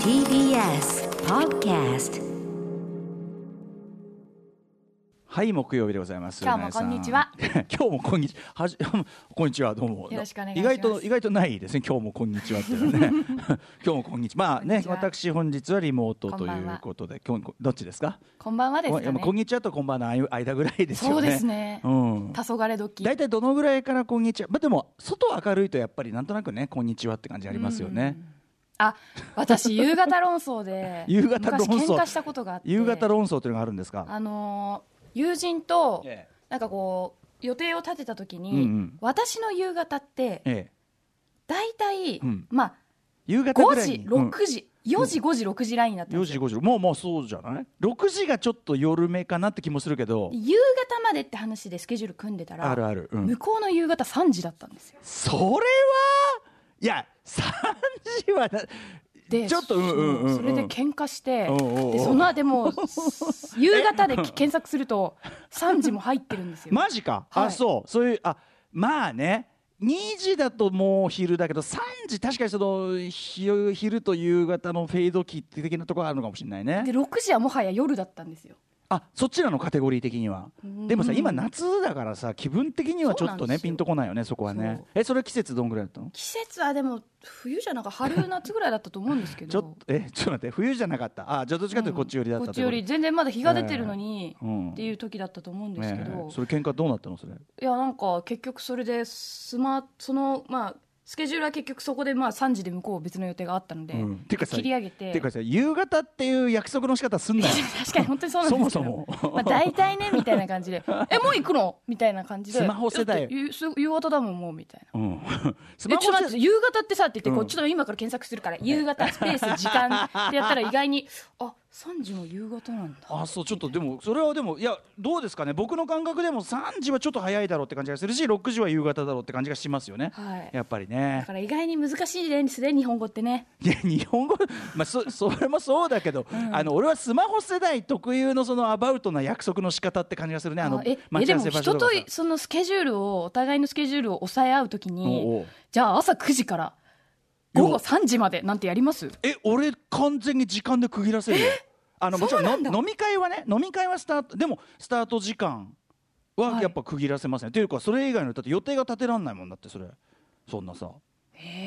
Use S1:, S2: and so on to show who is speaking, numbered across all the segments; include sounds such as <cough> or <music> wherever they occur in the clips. S1: TBS Podcast
S2: はい木曜日でございます。
S3: 今日もこんにちは
S2: うなえさん。 <laughs> 今日もこんにちは。はじ <laughs> こんにちはどうも。
S3: よろしくお願いします
S2: 意外と意外とないですね。今日もこんにちはっていうのね。
S3: <laughs>
S2: 今日もこんにちは。まあ
S3: こん
S2: ね
S3: にちは
S2: 私本日はリモートと
S3: こん
S2: い
S3: ばんは
S2: うことで今日どっちですか。
S3: こんばんはです
S2: こ
S3: か
S2: んい
S3: ね
S2: やまあこんにちはとこんばんの間ぐらいですよね。
S3: そうですね
S2: うん。
S3: 黄昏時
S2: 大体どのぐらいからこんにちは。まあでも外明るいとやっぱりなんとなくねこんにちはって感じありますよね。
S3: あ私夕方論争で
S2: <laughs> 夕方論争
S3: 昔喧嘩したことがあって
S2: 夕方論争というのがあるんですか。
S3: あのー友人と
S2: ええ
S3: なんかこう予定を立てた時に、
S2: うんうん
S3: 私の夕方って
S2: ええ。
S3: 大体、
S2: うん
S3: まあ
S2: 夕方ぐ
S3: 5
S2: らい
S3: 時
S2: に。うん
S3: 6時、4時5時6時ラインになって
S2: 4
S3: ます
S2: 時
S3: よ
S2: 5時もうもうそうじゃない6時がちょっと夜目かなって気もするけど
S3: 夕方までって話でスケジュール組んでたら
S2: あるある、うん
S3: 向こうの夕方3時だったんですよ
S2: それはいや3時はな
S3: で
S2: ちょっとうんうんうんうん
S3: そそれで喧嘩して
S2: おうおうおう
S3: でその
S2: <laughs>
S3: でも夕方で検索すると3時も入ってるんで
S2: <laughs>
S3: すよ、
S2: マジか、
S3: はい
S2: あそうそういうあまあね2時だともう昼だけど3時確かにそのひ昼と夕方のフェード期的なところあるのかもしれない
S3: で
S2: ね
S3: 6時はもはや夜だったんですよ
S2: あそっちらのカテゴリー的には
S3: うん
S2: でもさ今夏だからさ気分的にはちょっ
S3: そう
S2: と
S3: なんで
S2: ね
S3: すよ
S2: ピンとこないよねそこはね
S3: そう
S2: えそれ季節どんぐらいだったの
S3: 季節はでも冬じゃなく春夏ぐらいだったと思うんですけど
S2: ちょっとえちょっと待って冬じゃなかったあじゃあどっちかというとこっち寄りだった
S3: こ
S2: って
S3: っちよ
S2: と
S3: り全然まだ日が出てるのに、
S2: うん
S3: っていう時だったと思うんですけど、
S2: ええそれ喧嘩どうなったのそれ
S3: いやなんか結局それでスマそのまあスケジュールは結局そこでまあ3時で向こう別の予定があったので、
S2: うんてかさ
S3: 切り上げて
S2: ていうかさ夕方っていう約束の仕方すんなよ
S3: <laughs> 確かに本当にそうなんですけど
S2: そもそも
S3: まあ、大体ねみたいな感
S2: <laughs>
S3: じで「えもう行くの?」みたいな感じで
S2: スマホ世代
S3: いやゆす夕方だもんもうみたいな。
S2: うん
S3: <laughs>
S2: ス
S3: えちょ
S2: マ
S3: っ
S2: ホ
S3: と待って夕方ってさって言って、
S2: うん
S3: こっちの今から検索するから夕方スペース時間ってやったら意外にあ3時も夕方なんだ
S2: あそうちょっとでもそれはでもいやどうですかね僕の感覚でも3時はちょっと早いだろうって感じがするし6時は夕方だろうって感じがしますよね、
S3: はい
S2: やっぱり
S3: だ
S2: ね
S3: から意外に難しいですね日本語ってね
S2: いや日本語、 <laughs> まあ、そそれもそうだけど、あの俺はスマホ世代特有のそのアバウトな約束の仕方って感じがするねあの
S3: あええ
S2: 待ち
S3: で
S2: 合わ
S3: も
S2: せ場
S3: 人
S2: 所
S3: と
S2: かさ
S3: いそのスケジュールをお互いのスケジュールを抑え合うときに
S2: おうおう
S3: じゃあ朝9時から午後3時までなんてやります
S2: え俺完全に時間で区切らせるよあのもちろん
S3: そう
S2: の
S3: なんだ
S2: 飲み会はね飲み会はスタートでもスタート時間
S3: は
S2: はいやっぱ区切らせません、というかそれ以外のだって予定が立てらんないもんだってそれそんなさ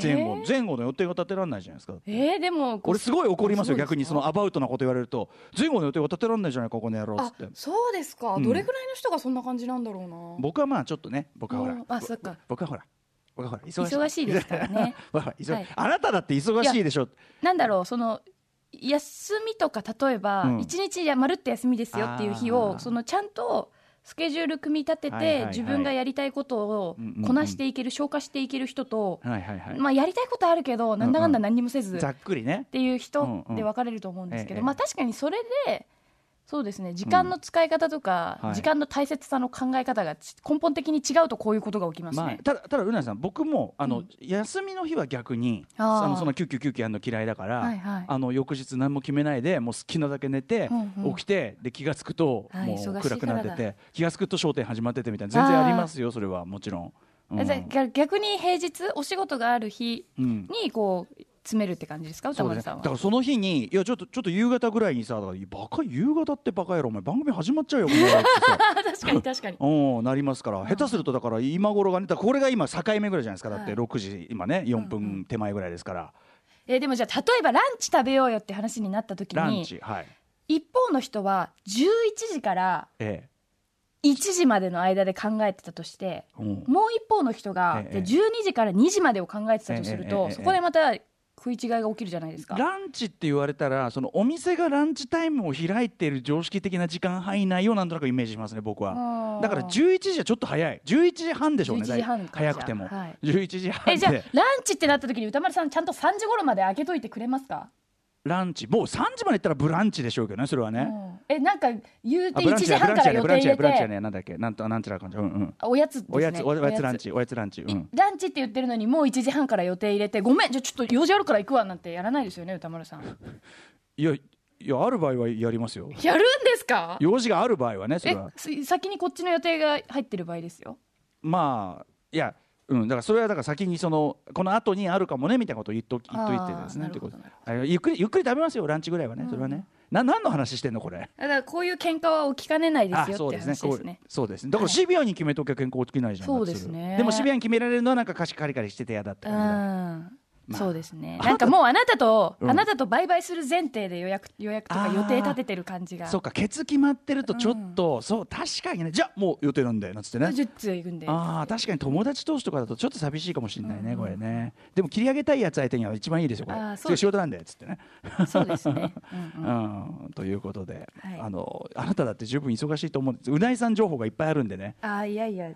S2: 前後、
S3: えー
S2: 前後の予定が立てらんないじゃないですか
S3: えーでも
S2: 俺すごい怒りますよ
S3: そうですか
S2: 逆にそのアバウトなこと言われると前後の予定が立てらんないじゃないかこの野郎っ
S3: あ
S2: つって
S3: そうですか、
S2: うん
S3: どれぐらいの人がそんな感じなんだろうな
S2: 僕はまあちょっとね僕はほら
S3: うんあそっか
S2: 僕はほら僕はほら忙しい
S3: 忙しいですからね
S2: <laughs> 僕はほら忙しい
S3: はい
S2: あなただって忙しいでしょ
S3: なんだろうその休みとか例えば、
S2: うん
S3: 一日やまるっと休みですよっていう日
S2: あー
S3: をそのちゃんとスケジュール組み立てて、
S2: はいはいはい
S3: 自分がやりたいことを
S2: うんうんうん
S3: こなしていける、消化していける人と、
S2: はいはいはい、
S3: まあ、やりたいことあるけどなんだかんだ
S2: うん
S3: 何にもせず、
S2: ざっくりね
S3: っていう
S2: うん
S3: 人
S2: うん
S3: で分かれると思うんですけど、
S2: ええ
S3: まあ確かにそれでそうですね時間の使い方とか、
S2: うんはい
S3: 時間の大切さの考え方がち根本的に違うとこういうことが起きますね。
S2: まあ、ただただうなさん僕もあの、
S3: うん
S2: 休みの日は逆に
S3: あー
S2: あのその救急救急やるの嫌いだから、
S3: はいはい
S2: あの翌日何も決めないでもう好きなだけ寝て、
S3: うんうん
S2: 起きてで気が付くと、
S3: はい
S2: もう
S3: 忙しい
S2: 暗くなって
S3: から
S2: て気が付くと『笑点』始まっててみたいな全然ありますよそれはもちろん。うん
S3: だから逆に平日お仕事がある日
S2: うん
S3: にこう詰めるって感じですか歌
S2: そうだ
S3: 丸
S2: ね
S3: さん
S2: だ
S3: は。
S2: からその日にいやちょっとちょっと夕方ぐらいにさだからバカ夕方ってバカ野郎お前番組始まっちゃうよこの野郎ってさ
S3: 確かに確かに。
S2: うんなりますから下手するとだから今頃がねだからこれが今境目ぐらいじゃないですかだっ
S3: は
S2: て
S3: い
S2: 6時今ね4
S3: うんう
S2: 分手前ぐらいですから、
S3: えーでもじゃあ例えばランチ食べようよって話になった時
S2: ラン
S3: に
S2: チはい。
S3: 一方の人は11時から
S2: え
S3: 1時までの間で考えてたとして。
S2: え、うん
S3: もう一方の人が、
S2: ええ
S3: じゃあ12時から2時までを考えてたとすると、
S2: ええええ
S3: そこでまた食い違いが起きるじゃないですか。
S2: ランチって言われたらそのお店がランチタイムを開いている常識的な時間範囲内をなんとなくイメージしますね僕は
S3: あー
S2: だから11時はちょっと早い11時半でしょうね
S3: 11時半
S2: 大体
S3: かじゃあ
S2: 早くても、
S3: はい
S2: 11時半
S3: えじゃあ
S2: で
S3: ランチってなった時に歌丸さんちゃんと3時頃まで開けといてくれますか、
S2: ランチもう3時まで行ったらブランチでしょうけどねそれは
S3: う
S2: ね、
S3: んえなんか言う
S2: あ
S3: て
S2: ブ
S3: 1
S2: ランチ
S3: 時
S2: だブ
S3: 半
S2: ラン
S3: か
S2: チ
S3: ら
S2: だ
S3: 予
S2: ねブ
S3: 定
S2: ランチだねブラ
S3: 入れ
S2: ンチだ
S3: て
S2: ねなんだっけなんとなんちゃらかんちゃらうんうん
S3: あおやつですね
S2: おやつおやつランチおやつランチう
S3: い
S2: ん
S3: ランチって言ってるのにもう1時半から予定入れてごめんじゃあちょっと用事あるから行くわなんてやらないですよね歌丸さん
S2: いやいやある場合はやりますよ
S3: やるんですか
S2: 用事がある場合はねそれ
S3: え
S2: は
S3: す先にこっちの予定が入ってる場合ですよ
S2: まあいやうん、だからそれはだから先にそのこの後にあるかもねみたいなことを言っと言っといてです
S3: あーな
S2: ねとい
S3: る
S2: うこ
S3: ほど
S2: とあゆっくりゆっくり食べますよランチぐらいはね、それはねな何の話してんのこれ
S3: だからこういう喧嘩は起きかねないで
S2: あ
S3: すよ
S2: そ
S3: っ
S2: う
S3: て
S2: ですね
S3: 話で
S2: こ
S3: す
S2: う
S3: ね。
S2: そうですねだからシビアに決めときゃ健康起きないじゃん
S3: そうですね
S2: でもシビアに決められるのはなんか貸し借り借りしてて嫌だって
S3: う
S2: 感
S3: ん
S2: まあ
S3: そうですね。
S2: あなた
S3: なんかもうあなたと、
S2: うん
S3: あなたと売買する前提で予約、予約とか
S2: あー
S3: 予定立ててる感じ
S2: じ
S3: が。
S2: だそうかケツ決まってるとちょっと、そう確かにねじゃあもう予定なんだよなんつってね
S3: 10通行くんで。
S2: ああ確かに友達同士とかだとちょっと寂しいかもしれないね、これねでも切り上げたいやつ相手には一番いいですよこれ
S3: あーそう
S2: それ仕事なんだよっつってね
S3: そうですね。うんうん
S2: うん、ということで、
S3: はい
S2: あのあなただって十分忙しいと思うんですうないさん情報がいっぱいあるんでね
S3: あーいやいや。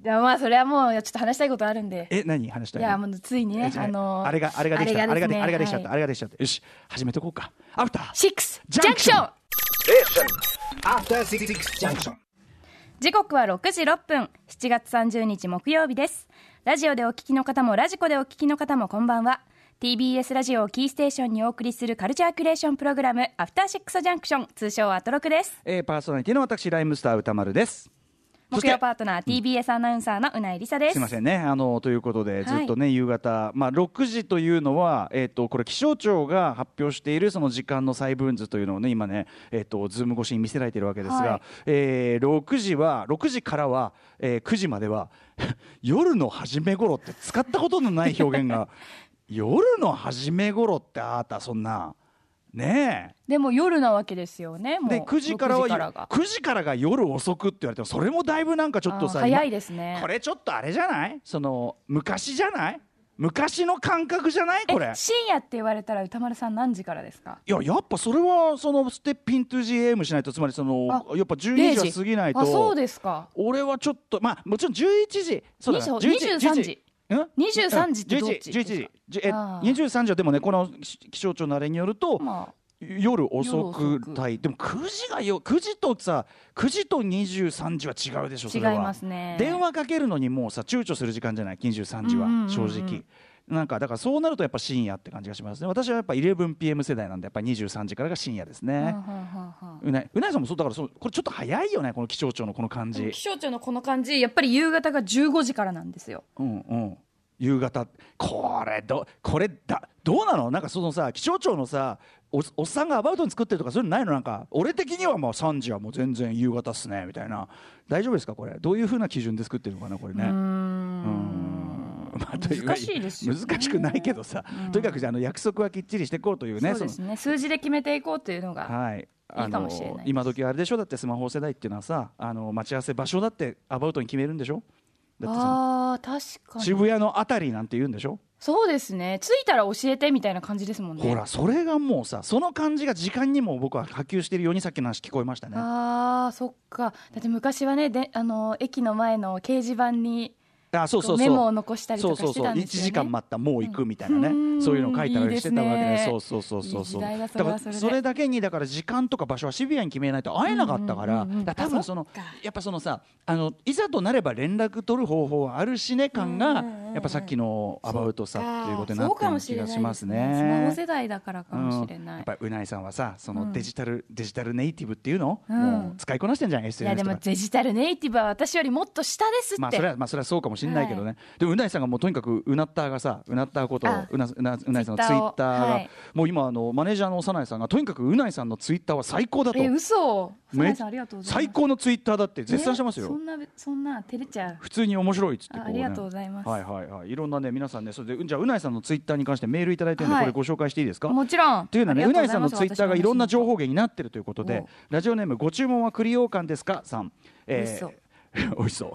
S3: でもまあそれはもうちょっと話したいことあるんで。
S2: え何話した
S3: い
S2: い
S3: やもうついに
S2: え
S3: ね
S2: じゃ
S3: あの
S2: あれがあれができちゃったあれがで
S3: ね
S2: あれができちゃった、
S3: はい
S2: あれができちゃったよし始めとこうかアフター
S3: シックスジ
S2: ジャ
S3: ャ
S2: ン
S3: ンク
S2: ク
S3: シ
S2: ショ
S3: ョン
S2: ン
S1: After Six Junction.
S3: 時刻は6時6分7月30日木曜日ですラジオでお聞きの方もラジコでお聞きの方もこんばんは TBS ラジオをキーステーションにお送りするカルチャーキュレーションプログラムアフターシックスジャンクション通称アトロクです
S2: えーパーソナリティの私ライムスター歌丸ですそし
S3: 木
S2: て
S3: 曜パートナー TBS アナウンサーのうないりさです
S2: いませんねあのということで、
S3: い
S2: ずっとね夕方、まあ、6時というのは、えっとこれ気象庁が発表しているその時間の細分図というのをね今ね、えっとズーム越しに見せられているわけですが、
S3: はい
S2: えー6時は6時からは、えー9時までは <laughs> 夜の初め頃って使ったことのない表現
S3: <laughs>
S2: が夜の初め頃ってあなたそんなねえ。
S3: でも夜なわけですよねもう
S2: で9時からは
S3: 6が
S2: 9時からが夜遅くって言われてもそれもだいぶなんかちょっとさ
S3: あー
S2: 今
S3: 早いですね
S2: これちょっとあれじゃないその昔じゃない昔の感覚じゃないこれ
S3: え深夜って言われたら歌丸さん何時からですか
S2: いややっぱそれはそのステップイントゥ GM しないとつまりその
S3: あ
S2: やっぱ12
S3: 0
S2: 時は過ぎない
S3: あそう
S2: と
S3: ですか
S2: 俺はちょっとまあもちろん11時そうだな
S3: 20
S2: 11
S3: 23時
S2: うん
S3: 23時ってどっち
S2: 11時11時じゅえ
S3: あー
S2: 23時はでもねこの気象庁のあれによると、
S3: ま
S2: 夜遅
S3: 夜
S2: く
S3: 遅く
S2: 帯でも9時がよ9時とさ9時と23時は違うでしょ
S3: あ
S2: それは
S3: 違いますね
S2: 電話かけるのにもうさ躊躇する時間じゃない23時
S3: うんうんうんう
S2: は
S3: ん
S2: 正直なんかだからそうなるとやっぱ深夜って感じがしますね私はやっぱ 11PM 世代なんでやっぱ23時からが深夜です
S3: うんうん
S2: ね
S3: うんうん
S2: うないうなえさんもそうだからそうこれちょっと早いよねこの気象庁のこの感じ
S3: 気象庁のこの感じやっぱり夕方が15時からなんですよ
S2: うんうん夕方これどこれだどうなのなんかそのさ気象庁のさおおっさんがアバウトに作ってるとかそういうのないのなんか俺的にはもう3時はもう全然夕方っすねみたいな大丈夫ですかこれどういうふうな基準で作ってるのかなこれね
S3: うー
S2: うーん <laughs> まあとうか
S3: 難しいですよね
S2: 難しくないけどさ、とにかくじゃああの約束はきっちりしていこうというね
S3: そうですね数字で決めていこうというの
S2: そ
S3: が
S2: のはいあの
S3: いいかもしれない
S2: 今時あれでしょだってスマホ世代っていうのはさあの待ち合わせ場所だってアバウトに決めるんでしょだってさ
S3: あー確かに
S2: 渋谷のあたりなんて言うんでしょ
S3: そうですね着いたら教えてみたいな感じですもんね
S2: ほらそれがもうさその感じが時間にも僕は波及しているようにさっきの話聞こえましたねあ
S3: あーそっかだって昔はねであの駅の前の掲示板に
S2: そうそうそう
S3: メモを残したり
S2: そ
S3: と
S2: う
S3: か
S2: そう
S3: して
S2: そう
S3: たんです
S2: 1
S3: よね
S2: 時間待ったもう行くみたいな
S3: う
S2: ね
S3: ん
S2: そういうのを書いた
S3: いい
S2: り
S3: で
S2: し
S3: す
S2: て
S3: ね
S2: たわけでそうそうそうそうそう
S3: いい時代だそれ
S2: から
S3: はそれで
S2: それだけにだから時間とか場所はシビアに決めないと会えなかったから
S3: うんうんうんうん
S2: だから多分その
S3: あそっか
S2: やっぱそのさあのいざとなれば連絡取る方法はあるしね感
S3: うんう
S2: が
S3: んうんうん
S2: やっぱさっきのアバウトさっていうことになっ
S3: そう
S2: て
S3: かも
S2: る
S3: し
S2: 気
S3: れな
S2: が
S3: い
S2: します
S3: ですねスマホ
S2: ね
S3: 世。代だからかもしれない、
S2: うん、やっぱりうないさんはさそ
S3: うん
S2: のデジタル、デジタルネイティブっていうのを、
S3: うん
S2: もう使いこなしてんじゃん SNS
S3: いやで
S2: とか
S3: もデジタルネイティブは私よりもっと下ですって、
S2: まあそれはまあそれはそうかもしれないけどね、でもうないさんがもうとにかくうなったーがさうなったーこと
S3: あ
S2: うなうなうないさんのツイ
S3: Twitter を
S2: ッターが、
S3: はい
S2: もう今あのマネージャーの長内さんがとにかくうないさんのツイッターは最高だと
S3: え嘘サナ
S2: め
S3: さんありがとうございます
S2: 最高のツイッターだって絶賛してます
S3: えそ
S2: よ
S3: んなそんな照れちゃう
S2: 普通に面白いっつって
S3: あ
S2: こ
S3: あ
S2: う、
S3: り
S2: ね、
S3: がとうございます、
S2: はいはいはいいろんなね皆さんねそれでじゃあうないさんのツイッターに関してメールいただいてるんで、
S3: はい
S2: これご紹介していいですか
S3: もちろん
S2: というのはね、
S3: あ
S2: う
S3: り
S2: な
S3: がと
S2: いさんの
S3: ござ
S2: ツイ
S3: いま
S2: ッ
S3: す
S2: ターがいろんな
S3: 私の
S2: 情報源になってるということ
S3: お
S2: で
S3: う、
S2: ラジオネーム、ご注文はクリオーカンですかさん。
S3: 美味しそう。
S2: <laughs> 美味しそう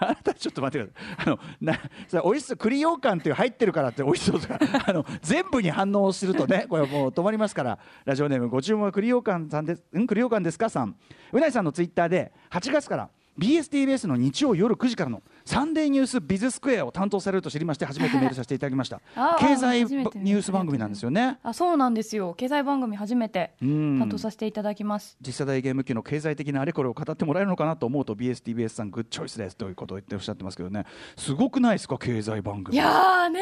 S2: あなたちょっと待ってくださいあのなそれ美味しそう栗羊羹っていう入ってるからって美味しそうとか <laughs> あの全部に反応するとねこれはもう止まりますからラジオネームご注文は栗羊羹さんですん栗羊羹ですかさんうないさんのツイッターで8月から BSTBS の日曜夜9時からのサンデーニュースビズスクエアを担当されると知りまして初めてメールさせていただきました
S3: あー
S2: 経済
S3: 初めて
S2: ニュース番組なんですよね
S3: あそうなんですよ経済番組初めて
S2: うん
S3: 担当させていただきます、
S2: 次世代ゲーム機の経済的なあれこれを語ってもらえるのかなと思うと BSTBS さんグッチョイスですということを言っておっしゃってますけどねすごくないですか経済番組
S3: いやーね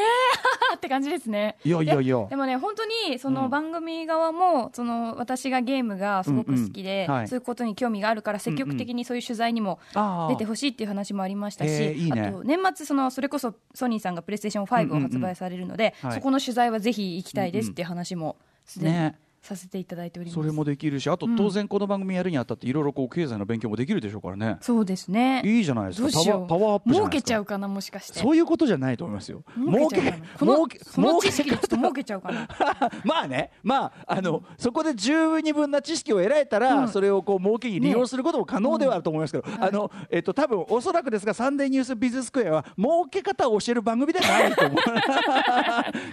S3: ー <laughs> って感じですね。
S2: いやいやいや
S3: でもね本当にその番組側も、その私がゲームがすごく好きで、
S2: うんうんはい
S3: そういうことに興味があるから積極的にそういう取材にも
S2: ああ
S3: 出てほしいっていう話もありましたし、
S2: えーいいね
S3: あと年末そのそれこそソニーさんがプレイステーション5を発売されるので、
S2: うんうんはい
S3: そこの取材はぜひ行きたいですっていう話もすでに
S2: ね
S3: させていただいております。
S2: それもできるしあと当然この番組やるにあたっていろいろこう経済の勉強もできるでしょうからね、
S3: そうですね。
S2: いいじゃないです
S3: ど
S2: か
S3: うしよう
S2: パワーパワーアップじゃな
S3: 儲
S2: いで
S3: け
S2: すか
S3: ちゃうかなもしかして。
S2: そういうことじゃないと思いますよ
S3: 儲けちゃうかなこの
S2: 儲け
S3: その
S2: 儲け
S3: 知識でちょっと儲けちゃうかな。
S2: <laughs> まあね、まあ、あの、そこで十二分な知識を得られたら、それをこう儲けに利用することも可能ではあると思いますけど。あの、えっと、多分おそらくですが、サンデーニュースビズスクエアは儲け方を教える番組ではないと思う。 <laughs>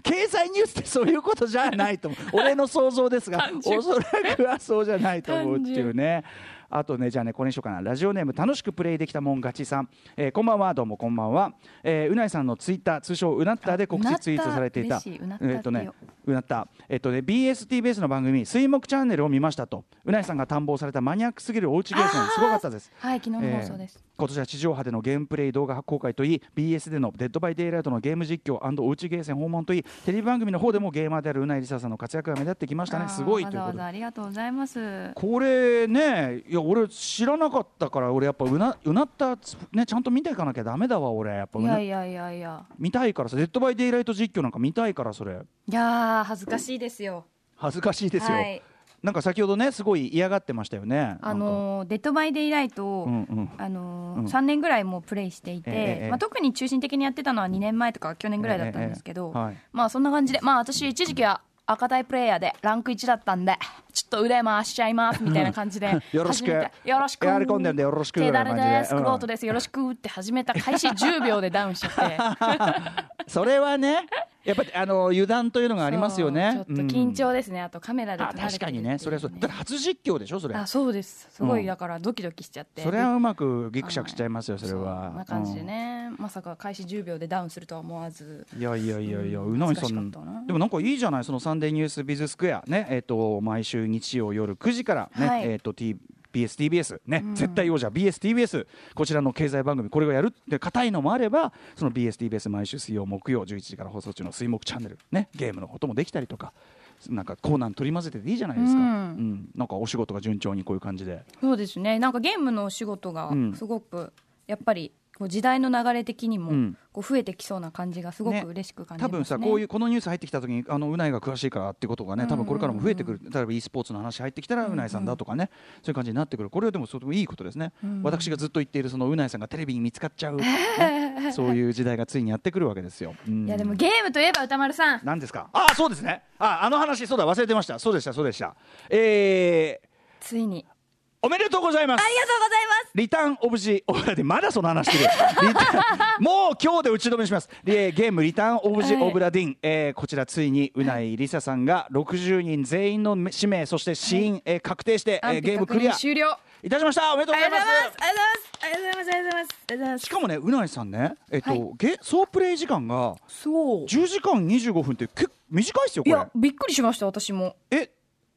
S2: 経済ニュースってそういうことじゃないと思う。俺の想像ですが、おそらくはそうじゃないと思うっていうね。あとねじゃあねこれにしようかなラジオネーム楽しくプレイできたもん勝ちさん、えーこんばんはどうもこんばんは、えーうないさんのツイッター通称うなったで告知ツイートされていた
S3: 嬉しいうなったってよ
S2: えっとねうなった、えっとね、BSTBS の番組「水木チャンネル」を見ましたとうなえさんが探訪されたマニアックすぎるおうちゲーセンすごかったです。
S3: はい昨日の放送です。
S2: えー今年は地上波でのゲームプレイ動画公開といい BS での「デッドバイデイライト」のゲーム実況おうちゲーセン訪問といいテレビ番組の方でもゲーマーであるうないりささんの活躍が目立ってきました
S3: あー
S2: ねすごいという
S3: わ
S2: ことで
S3: ざわざありがとうございます。
S2: これねいや俺知らなかったから俺やっぱうなうなったつ、ね、ちゃんと見ていかなきゃダメだわ俺やっぱう
S3: い
S2: な
S3: やいやいやいや。
S2: 見たいからさ「デッドバイデイライト」実況なんか見たいからそれ
S3: いやー恥ずかしいですよ。
S2: 恥ずかしいですよ。
S3: はい。
S2: なんか先ほどねすごい嫌がってましたよね。
S3: あのーデッドバイデイライトを、
S2: なんかうんうん。
S3: あの
S2: うん
S3: 3年ぐらいもうプレイしていて、
S2: ええええ
S3: まあ、特に中心的にやってたのは2年前とか去年ぐらいだったんですけど、
S2: ええええはい
S3: まあそんな感じで、まあ、私一時期は赤帯プレイヤーでランク1だったんでちょっと腕回しちゃいますみたいな感じで
S2: <laughs> よろしく
S3: 始めたよろしく
S2: やり込んでんでよろしく
S3: 手だれ
S2: みたいな
S3: で
S2: 感じ
S3: す
S2: でう
S3: ク
S2: ん
S3: ロートですよろしくって始めた開始10秒でダウンしちゃって
S2: それはねやっぱりあの油断というのがありますよね。
S3: そうちょっと緊張ですね、あとカメラ
S2: うん
S3: で
S2: あ
S3: 撮られてる
S2: 確かに
S3: ってい
S2: ねそれはそうだって初実況でしょそれ。
S3: あそうですすご
S2: う
S3: い
S2: ん
S3: だからドキドキしちゃって、
S2: それはうまくギクシャクしちゃいますよそれは。
S3: そんな感じで
S2: うん
S3: ね、まさか開始10秒でダウンするとは思わず
S2: いやいやいやいや、
S3: うん
S2: うないさ
S3: 恥ず
S2: ん
S3: かしかったな
S2: でもなんかいいじゃないその「サンデーニュースビズスクエアね」えっと毎週日曜夜9時からね、
S3: はい
S2: えっと T BSTBS ね、絶対王者 BSTBS こちらの経済番組これをやるって硬いのもあればその BSTBS 毎週水曜木曜11時から放送中の水木チャンネルねゲームのこともできたりとかなんかコーナーに取り混ぜてていいじゃないですか、う
S3: うんん
S2: なんかお仕事が順調にこういう感じで
S3: そうですねなんかゲームのお仕事が
S2: うん
S3: すごくやっぱりこう時代の流れ的に
S2: う
S3: も
S2: ん
S3: こう増えてきそうな感じがすごく嬉しく感じ
S2: 多
S3: ます、ね
S2: 分さこういうこのニュース入ってきた時にあのうないが詳しいからってことがね多分これからも増えてくる、例えば e スポーツの話入ってきたらうないさんだとかね、そういう感じになってくるこれはでもとてもいいことですね、私がずっと言っているそのうないさんがテレビに見つかっ
S3: <laughs>
S2: ちゃう、ねそういう時代がついにやってくるわけですよ。うん
S3: いやでもゲームといえば歌丸さん
S2: 何ですかああそうですねああの話そうだ忘れてましたそうでしたそうでしたえー、
S3: ついに
S2: おめでとうございます
S3: ありがとうございます
S2: リターンオブジオブラでまだその話してるリタ
S3: <laughs>
S2: ーンもう今日で打ち止めにしますえーゲームリターンオブジオブラディン、えーこちらついにうないりささんが60人全員の氏名そして死因、えー確定して、えー
S3: 安否
S2: ゲーム
S3: 確
S2: クリア
S3: 認終了
S2: いたしましたおめでとう
S3: あ
S2: ござ
S3: り
S2: い
S3: が
S2: ます
S3: とうございますありがとうございますありがとうございますありがとうございます
S2: しかもねうないさんねえっと、
S3: はい
S2: ゲ総プレイ時間が
S3: そう
S2: 10時間25分って結構短いですよ
S3: い
S2: これ
S3: やびっくりしました私も
S2: え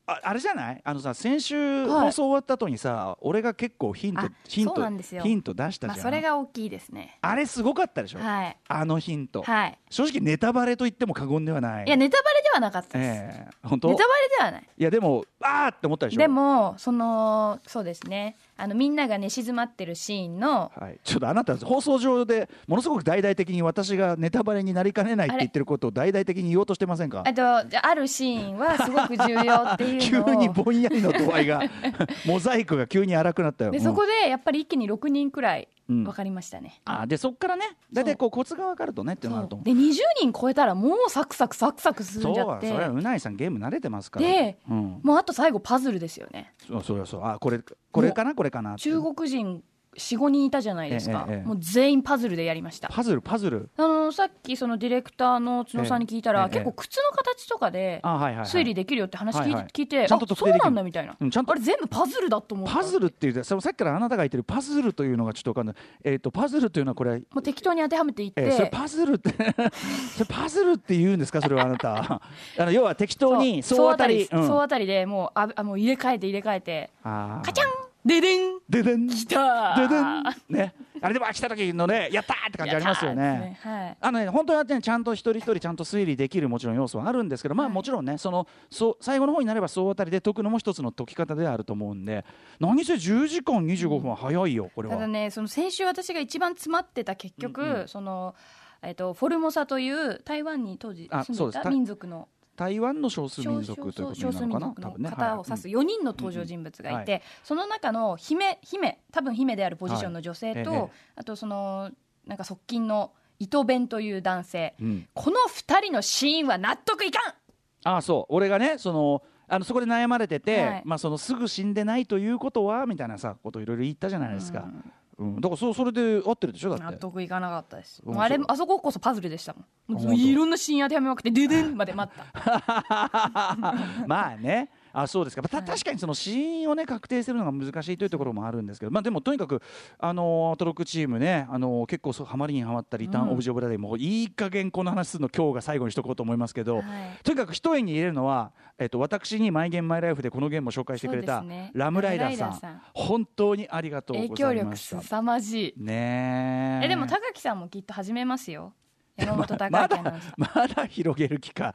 S2: ああれじゃないあのさ先週
S3: はい
S2: 放送終わった後にさ、俺が結構ヒント
S3: あ
S2: ヒン
S3: そう
S2: ト
S3: なんですよ
S2: ヒント出したじゃん、
S3: まあそれが大きいですね
S2: あれすごかったでしょ、
S3: はい
S2: あのヒント、
S3: はい
S2: 正直ネタバレと言っても過言ではない
S3: いやネタバレではなかったです、
S2: ええ本当
S3: ネタバレではない
S2: いやでもあーって思ったでしょ
S3: でもそのそうですねあのみんなが寝静まってるシーンの
S2: はい、ちょっとあなた放送上でものすごく大々的に私がネタバレになりかねないって言ってることを大々的に言おうとしてませんか
S3: あとじゃああるシーンはすごく重要っていう
S2: <laughs> 急
S3: のを
S2: にぼんやりの度合い
S3: <laughs>
S2: がモザイクが急に荒くなったよ
S3: で
S2: うん
S3: そこでやっぱり一気に6人くらい
S2: うん
S3: 分かりましたね、
S2: あーでそっからね大体こうコツが分かるとねっていうのがあると
S3: そう
S2: 思う
S3: で20人超えたらもうサクサクサクサク進んじゃっ
S2: そ
S3: て
S2: うそれはうないさんゲーム慣れてますから
S3: で
S2: うん、
S3: もうあと最後パズルですよね
S2: そうそうそうあこれこれかなこれかなって
S3: 中国人45人いたじゃないですか、
S2: ええええ
S3: もう全員パズルでやりました
S2: パズルパズル
S3: あのさっきそのディレクターの角さんに聞いた
S2: え
S3: ら、
S2: え
S3: 結構靴の形とかで
S2: あはいはいはい
S3: 推理できるよって話聞い,、
S2: はいはい
S3: 聞いて
S2: ちゃんと
S3: あ
S2: 特
S3: そう
S2: 定できる
S3: なんだみたいな、
S2: うんちゃんと
S3: あれ全部パズルだと思った
S2: パズルっていうとそのさっきからあなたが言ってるパズルというのがちょっとわかんない、えー、とパズルというのはこれ、
S3: もう適当に当てはめていって、
S2: えーそれパズルって <laughs> それパズルって言うんですかそれはあな
S3: <laughs>
S2: たあの要は適当に
S3: そう
S2: 総当たり
S3: 総当たり,、
S2: うん、
S3: でもうああもう入れ替えて入れ替えて
S2: あー
S3: カチャンデデン
S2: ででん
S3: きた
S2: で
S3: ー
S2: でんねあれでも飽きた時のねやったーって感じありますよ
S3: やったーで
S2: ね。
S3: すねはい
S2: あのね、本当はねちゃんと一人一人ちゃんと推理できるもちろん要素はあるんですけど、まあ、
S3: はい
S2: もちろんねそのそう最後の方になれば総当たりで解くのも一つの解き方であると思うんで何せ10時間25分は早いよこれは。
S3: ただねその先週私が一番詰まってた結局、そのえっとフォルモサという台湾に当時
S2: あ
S3: 住んで
S2: そうで
S3: た
S2: す
S3: 民族の
S2: 台湾の少数
S3: 少
S2: 民
S3: 数
S2: 族ということ
S3: 少
S2: にな
S3: 数
S2: るのか
S3: 民
S2: な
S3: 族
S2: 多
S3: の
S2: 分ね。
S3: 方を指す4人の登場人物がいて、その中の姫姫多分姫であるポジションの女性と、
S2: はいええ
S3: あとそのなんか側近の糸弁という男性、
S2: うんうん
S3: この2人のシーンは納得いかん
S2: ああそう俺がねそのあのそこで悩まれてて、
S3: はい
S2: まあ、そのすぐ死んでないということはみたいなさことをいろいろ言ったじゃないですか、うんだからそそれで合ってるでしょだっ
S3: 納
S2: て
S3: 得いかなかったです。
S2: うん
S3: もうあれ
S2: そう
S3: あそここそパズルでしたもん。もう
S2: 本当
S3: いろんなシーン当てはめまくってででんまで
S2: <laughs>
S3: 待った。
S2: <laughs> まあねあそうですか、まあた
S3: はい
S2: 確かにその死因を、ね、確定するのが難しいというところもあるんですけど、まあ、でもとにかく、あのートロックチームね、あのー結構そうハマりにハマったリター
S3: う
S2: ン・
S3: ん
S2: オブ・ジョブ・ラディもいい加減この話するの今日が最後にしとこうと思いますけど、
S3: はい
S2: とにかく一重に入れるのは、えっと私に「マイ・ゲーム・マイ・ライフ」でこのゲームを紹介してくれた、
S3: そうですね
S2: ラムライダーさん
S3: ラムライダーさん
S2: 本当にありがとう
S3: 影
S2: ご
S3: 響
S2: ざい
S3: 力
S2: ました
S3: 凄。まじい。
S2: ねえ
S3: えでも高木さんもきっと始めますよ。山本高
S2: ま
S3: 明アナウ
S2: だ
S3: ンサー
S2: まだ広げる気
S3: <laughs>
S2: か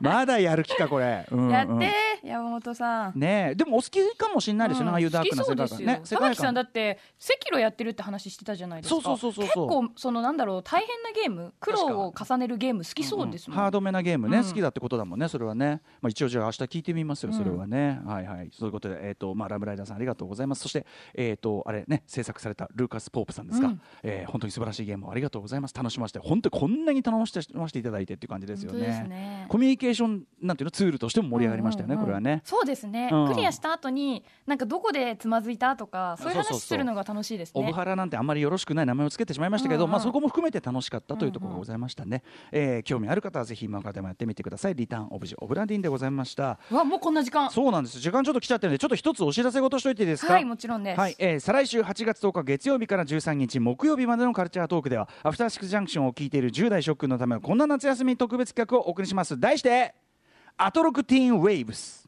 S2: まだやる気かこれ、うんうん
S3: やって、山本さん。
S2: ねえでもお好きかもしれないですよね、
S3: うん
S2: ああいうダークな
S3: 好きそ
S2: 世
S3: うで
S2: 界観
S3: すよ
S2: ね世
S3: 高
S2: 界
S3: 木さんだ
S2: 観
S3: って赤路やってるって話してたじゃないですか
S2: そうそうそうそう
S3: 結構そのなんだろう大変なゲーム苦労を重ねるゲーム好きそうですもん、
S2: ハードめなゲームね、
S3: うん
S2: 好きだってことだもんねそれはね、まあ、一応じゃあ明日聞いてみますよそれはね、はいはいそういうことで、えーとまあ、ラムライダーさんありがとうございますそして、えー、とあれね制作されたルーカス・ポープさんですが、
S3: うん
S2: えー本当に素晴らしいゲームをありがとうございます楽しませて本当にこんなに楽しませていただいてっていう感じですよ
S3: 本当です
S2: ね
S3: ね
S2: コミュニケーションなんていうのツールとしても盛り上がりましたよね、
S3: うんうんうん
S2: これはね
S3: そうですね、
S2: うん
S3: クリアした後になんかどこでつまずいたとかそういう
S2: そうそうそ
S3: 話
S2: う
S3: するのが楽しいですね
S2: オブハラなんてあんまりよろしくない名前をつけてしまいましたけど、
S3: うんうん
S2: まあ、そこも含めて楽しかったというところがございましたね、えー興味ある方はぜひ今からでもやってみてくださいリターンオブジェオブラディンでございました
S3: うわもうこんな時間
S2: そうなんです時間ちょっと来ちゃってるのでちょっと一つお知らせ事しといていいですか
S3: はいもちろんです、
S2: はいえー再来週8月10日月曜日から13日木曜日までのカルチャートークではアフターシックスジャンクションを聞いている10代諸君のためのこんな夏休み特別企画をお送りします題してアトロクティーンウェイブス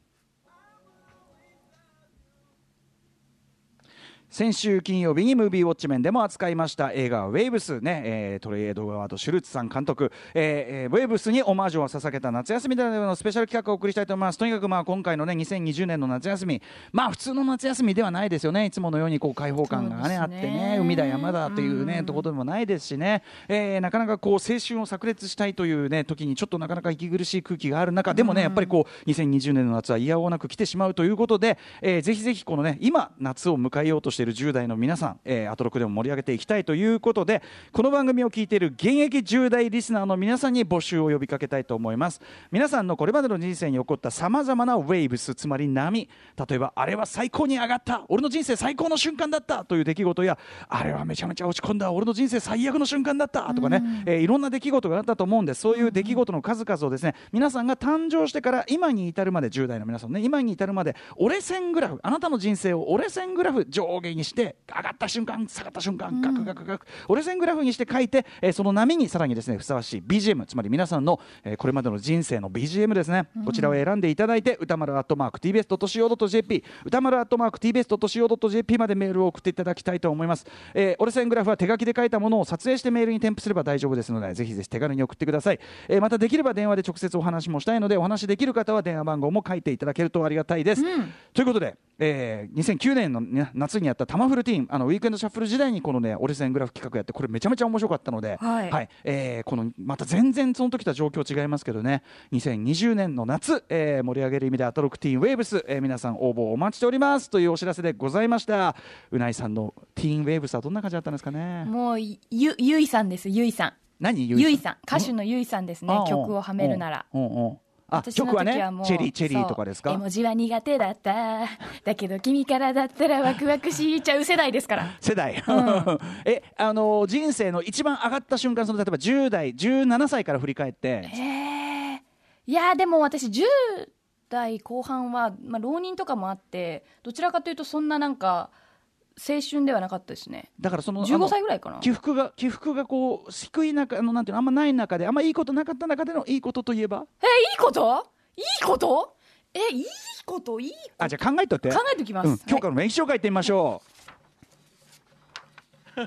S2: 先週金曜日にムービーウォッチメンでも扱いました映画「ウェイブスね」えートレイ・エドワード・シュルツさん監督、えーえーウェイブスにオマージュを捧げた夏休みでのスペシャル企画をお送りしたいと思いますとにかくまあ今回のね2020年の夏休みまあ普通の夏休みではないですよねいつものようにこう開放感が、ねあ
S3: そう
S2: っ
S3: で
S2: て
S3: すね
S2: ね海だ山だというね、
S3: うん
S2: とことでもないですしね、えーなかなかこう青春を炸裂したいというね時にちょっとなかなか息苦しい空気がある中でもね、やっぱりこう2020年の夏はいやおうなく来てしまうということで、えーぜひぜひこのね今夏を迎えようとしている10代の皆さん、えーアトロクでも盛り上げていきたいということでこの番組を聞いている現役10代リスナーの皆さんに募集を呼びかけたいと思います皆さんのこれまでの人生に起こったさまざまなウェイブスつまり波例えばあれは最高に上がった俺の人生最高の瞬間だったという出来事やあれはめちゃめちゃ落ち込んだ俺の人生最悪の瞬間だったとかね、えーいろんな出来事があったと思うんですそういう出来事の数々をですね皆さんが誕生してから今に至るまで10代の皆さんね今に至るまで折れ線グラフあなたの人生を折れ線グラフ上下にして上がった瞬間下がった瞬間ガクガクガク折れ線グラフにして書いて、えーその波にさらにですねふさわしい BGM つまり皆さんの、えーこれまでの人生の BGM ですね、こちらを選んでいただいて歌丸アットマーク TBS.CO.JP 歌丸アットマーク TBS.CO.JP までメールを送っていただきたいと思います、えー折れ線グラフは手書きで書いたものを撮影してメールに添付すれば大丈夫ですのでぜひぜひ手軽に送ってください、えーまたできれば電話で直接お話もしたいのでお話できる方は電話番号も書いていただけるとありがたいです、ということでえー2009年の、ね、夏にやった「タマフルティーン」あのウィークエンドシャッフル時代にこのね折れ線グラフ企画やってこれめちゃめちゃ面白かったので、
S3: はい
S2: えーこのまた全然その時とは状況違いますけどね2020年の夏、えー盛り上げる意味でアトロクティーンウェーブス、えー皆さん応募お待ちしておりますというお知らせでございましたうないさんのティーンウェーブスはどんな感じだったんですかね
S3: もうゆゆいさんですゆいさん
S2: 何
S3: ゆいさん歌手のゆいさんです
S2: 手
S3: ね曲をはめるなら
S2: うんうんうんあ
S3: 私の
S2: 曲は
S3: 時
S2: ね
S3: はもう
S2: チェリーチェリーとかです
S3: そう絵
S2: か
S3: 文字は苦手だっただけど君からだったらワクワクしちゃう世代で
S2: <laughs>
S3: すから
S2: 世代、 <laughs> えあのー人生の一番上がった瞬間その例えば10代17歳から振り返って
S3: えーいやーでも私10代後半は、まあ、浪人とかもあってどちらかというとそんななんか青春ではなかったですね
S2: だからそのあの
S3: 15歳ぐらいかな
S2: 起伏が起伏がこう低い中あのなんていうのあんまない中であんまいいことなかった中でのいいことといえば
S3: えいいこといいことえいいこといい
S2: あじゃあ考えとって
S3: 考えておきます、
S2: うん、今日からの歴史を書いてみましょう、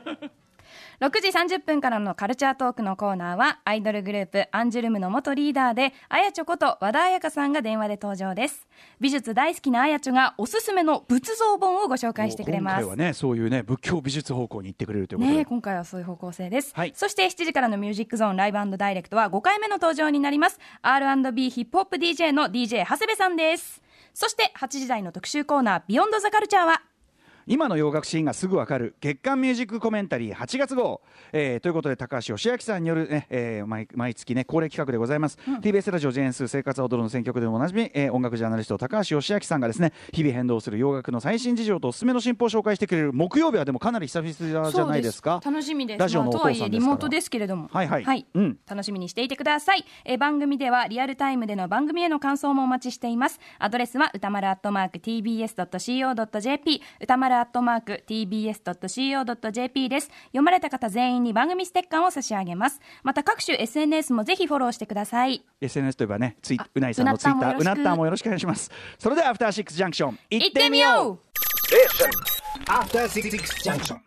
S3: 6時30分からのカルチャートークのコーナーはアイドルグループアンジュルムの元リーダーであやちょこと和田彩香さんが電話で登場です美術大好きなあやちょがおすすめの仏像本をご紹介してくれま
S2: 今
S3: す
S2: 回はねそういうね仏教美術方向に行ってくれるということで、
S3: ねえ、今回はそういう方向性です、
S2: はい
S3: そして7時からの「ミュージックゾーンライブダイレクトは5回目の登場になります R&B ヒップホップ DJ の DJ 長谷部さんですそして8時台の特集コーナー「ビヨンドザカルチャーは
S2: 今の洋楽シーンがすぐわかる月刊ミュージックコメンタリー8月号、えーということで高橋義明さんによるね、えー毎毎月ね恒例企画でございます、TBS ラジオジェーンスー生活は踊るの選曲でもおなじみ、えー音楽ジャーナリスト高橋義明さんがですね日々変動する洋楽の最新事情とおすすめの新譜を紹介してくれる木曜日はでもかなり久々じゃないですか
S3: そう楽しみです
S2: ラジオのお父さんですか
S3: まあとはいえ
S2: ら
S3: リモートですけれども
S2: はいはいうん
S3: 楽しみにしていてくださいえー番組ではリアルタイムでの番組への感想もお待ちしていますアドレスは歌丸アットマーク tbs.co.jp 歌丸アットマーク tbs.co.jp です読まれた方全員に番組ステッカーを差し上げますまた各種 SNS もぜひフォローしてください
S2: SNS といえばねツイ
S3: あ
S2: うないさんのツイッターう
S3: う
S2: な
S3: な
S2: っ
S3: ったた
S2: ん
S3: ん
S2: も
S3: も
S2: よろしくお願いしますそれではアフターシックスジャンクション行
S3: 行ってみよう
S1: Station. After Six Junction.